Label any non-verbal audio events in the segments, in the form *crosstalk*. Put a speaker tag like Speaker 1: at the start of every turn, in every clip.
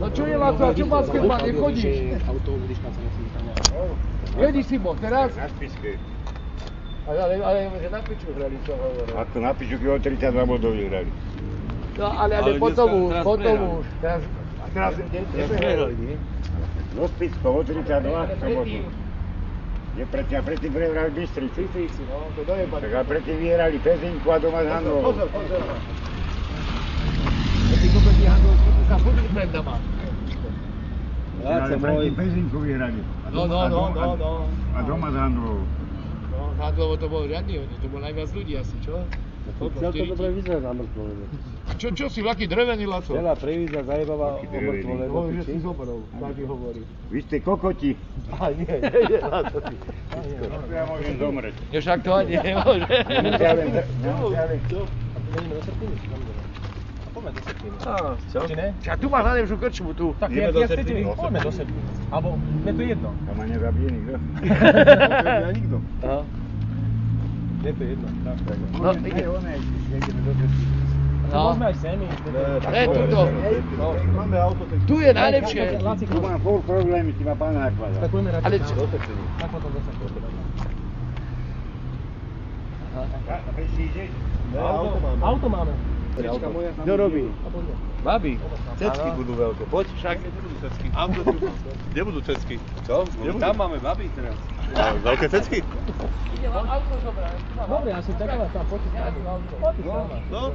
Speaker 1: No
Speaker 2: czuje was, a czuje was chyba, nie chodzisz. Jedzisz Simon, teraz?
Speaker 3: Na spisky.
Speaker 2: Ale, ale, ale może na pyczu grali co było.
Speaker 3: A to na piciuki od 30 na budowie grali.
Speaker 2: No ale, ale
Speaker 4: Ale
Speaker 2: po
Speaker 4: nie
Speaker 2: to
Speaker 4: teraz-
Speaker 2: mów,
Speaker 4: teraz
Speaker 2: po to
Speaker 4: wygrał.
Speaker 2: mów. Teraz, a teraz nie, nie, wygrał.
Speaker 3: No spisko, od 32 w sobotu. Je preti, a preti prehrali Bystrici.
Speaker 2: No, to daje pan.
Speaker 3: Tak a preti vyhrali Pezinku a doma s Handlovou.
Speaker 2: Pozor, pozor. Ja tylko będzie handlowy, zapomnij będę ma.
Speaker 3: Ale preti Pezinku vyhrali. A
Speaker 2: No,
Speaker 3: doma-
Speaker 2: no,
Speaker 3: a
Speaker 2: no,
Speaker 3: doma-
Speaker 2: no, no.
Speaker 3: A doma s Handlovou.
Speaker 2: No, handlowo to było żadnie, to było najwięcej ludzi asi, co?
Speaker 4: Chcel No to dobre vyzerať na mŕtvolene.
Speaker 2: Čo, čo si, vlaky drevený, Laco?
Speaker 4: Veľa prevíza zajebala o
Speaker 3: Taký drevený.
Speaker 4: mŕtvolene.
Speaker 2: Hovorí, že si zoberol, tak hovorí.
Speaker 3: Vy ste kokoti.
Speaker 2: A nie, nie, nie, Laco.
Speaker 3: Ja môžem zomrieť.
Speaker 2: Nie, však to ani
Speaker 5: *laughs*
Speaker 2: nemôže.
Speaker 3: Nemusia len, nemusia len.
Speaker 2: A tu máš na nejvšiu krčmu, tu.
Speaker 1: Tak
Speaker 3: Ideme
Speaker 1: jak,
Speaker 3: do
Speaker 1: jak chcecie,
Speaker 3: Serpiny?
Speaker 1: chodźmy do Serpiny. Albo, mnie to jedno.
Speaker 3: Tam ma nezabije nikto.
Speaker 1: Ja nikdo.
Speaker 4: Aha.
Speaker 1: Mnie to jedno. Tak, tak.
Speaker 2: No,
Speaker 3: Môžem,
Speaker 2: ide.
Speaker 3: aj one, ideme do Serpiny.
Speaker 1: No.
Speaker 2: No.
Speaker 1: Można i semi.
Speaker 2: Ne, tuto.
Speaker 1: Mamy auto, to
Speaker 2: Tu je najlepšie.
Speaker 1: Lacik,
Speaker 3: Tu mám furt problémy, ty ma pán nakladá.
Speaker 1: Skakujemy raczej
Speaker 2: Ale
Speaker 1: na
Speaker 2: co?
Speaker 1: auto. Tak, potem do Serpiny.
Speaker 3: A, vy si ide?
Speaker 1: Auto mamy. Auto mamy.
Speaker 4: Kto robí?
Speaker 2: Babi.
Speaker 5: Cecky budú veľké, poď.
Speaker 2: Však.
Speaker 5: Nebudú cecky. Auto tu. Nebudú cecky. Čo? Tam máme babi teraz. Veľké cecky?
Speaker 1: Dobra, ja się czekam, tam pocisk. Pocisk, dobra.
Speaker 5: No.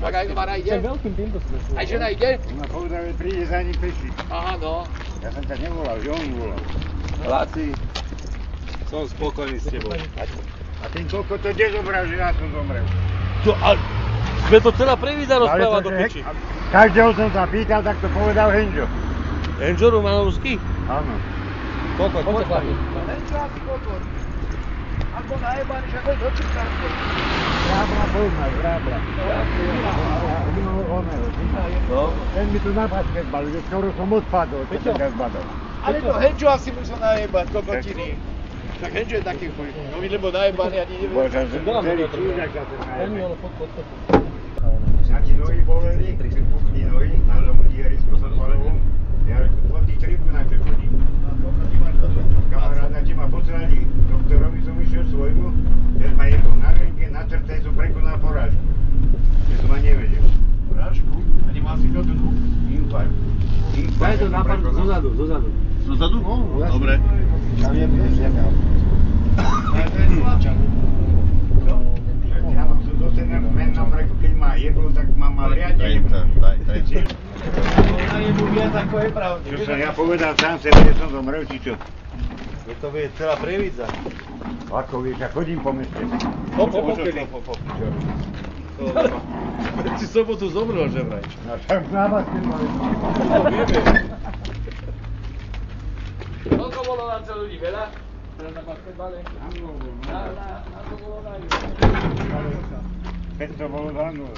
Speaker 2: Tak aj Mara
Speaker 1: Przed
Speaker 2: ide?
Speaker 1: wielkim tym to
Speaker 2: Aj
Speaker 1: słyszę.
Speaker 2: žena ide?
Speaker 3: On ma povedal, že príde za ním peši.
Speaker 2: Aha, no.
Speaker 3: Ja som ťa nevolal, že on volal.
Speaker 5: Láci. Som spokojný s tebou.
Speaker 3: A ten koľko to kde zobral, že ja som zomrel.
Speaker 4: To, a... Sme to celá prevíza rozpráva do piči.
Speaker 3: že- a Každého som sa pýtal, tak to povedal Henžo.
Speaker 4: Enžo Romanovský?
Speaker 3: Áno.
Speaker 4: Koľko?
Speaker 2: Poď, Babi.
Speaker 3: Vrábla poznal, vrábla.
Speaker 5: No.
Speaker 3: Ten mi tu na pačke zbalil, že skoro som odpadol, keď som ťa zbadal.
Speaker 2: Ale to Henčo asi musel najebať, kokotiny. Tak Henčo je taký chuj. No vy lebo najebali ani neviem.
Speaker 3: Bože, že
Speaker 1: Dám
Speaker 3: celý
Speaker 1: to,
Speaker 3: čížak sa
Speaker 1: Ten
Speaker 3: ten najebal.
Speaker 1: ono pod pod pod.
Speaker 3: A ti nohy boleli, keď pukli nohy, na tomu ihrisku sa zbalilo. Ja po tých tribunách to chodí. Kamaráda ti ma pozrali, doktorovi som išiel svojmu, ten ma jedol na renke, na črte som prekonal porážku. Že som ma nevedel. Porážku? A nemal si do druhu? Infarkt. Infarkt som prekonal.
Speaker 4: zozadu.
Speaker 5: Dozadu? no, Dobre.
Speaker 3: Ja viem, kde je žiadal. Ja mám tu do ten men na mreku, keď ma jedol, tak ma mal riadne.
Speaker 5: Daj ten, daj, daj.
Speaker 1: Ona nie mówiła tak, to jest prawda.
Speaker 3: Čo som ja povedal sám sebe, že som zomrel, či čo?
Speaker 5: No To je celá previdza.
Speaker 3: Ako vieš, ja chodím po meste.
Speaker 5: Hop, hop, hop, hop.
Speaker 2: *laughs*
Speaker 5: Ty sobotu zomrel, že vraj.
Speaker 3: No tak na vás keď ma
Speaker 2: Koľko bolo na to ľudí? Veľa? Na, na, na to bolo najviac.
Speaker 3: Keď to bolo za mnou.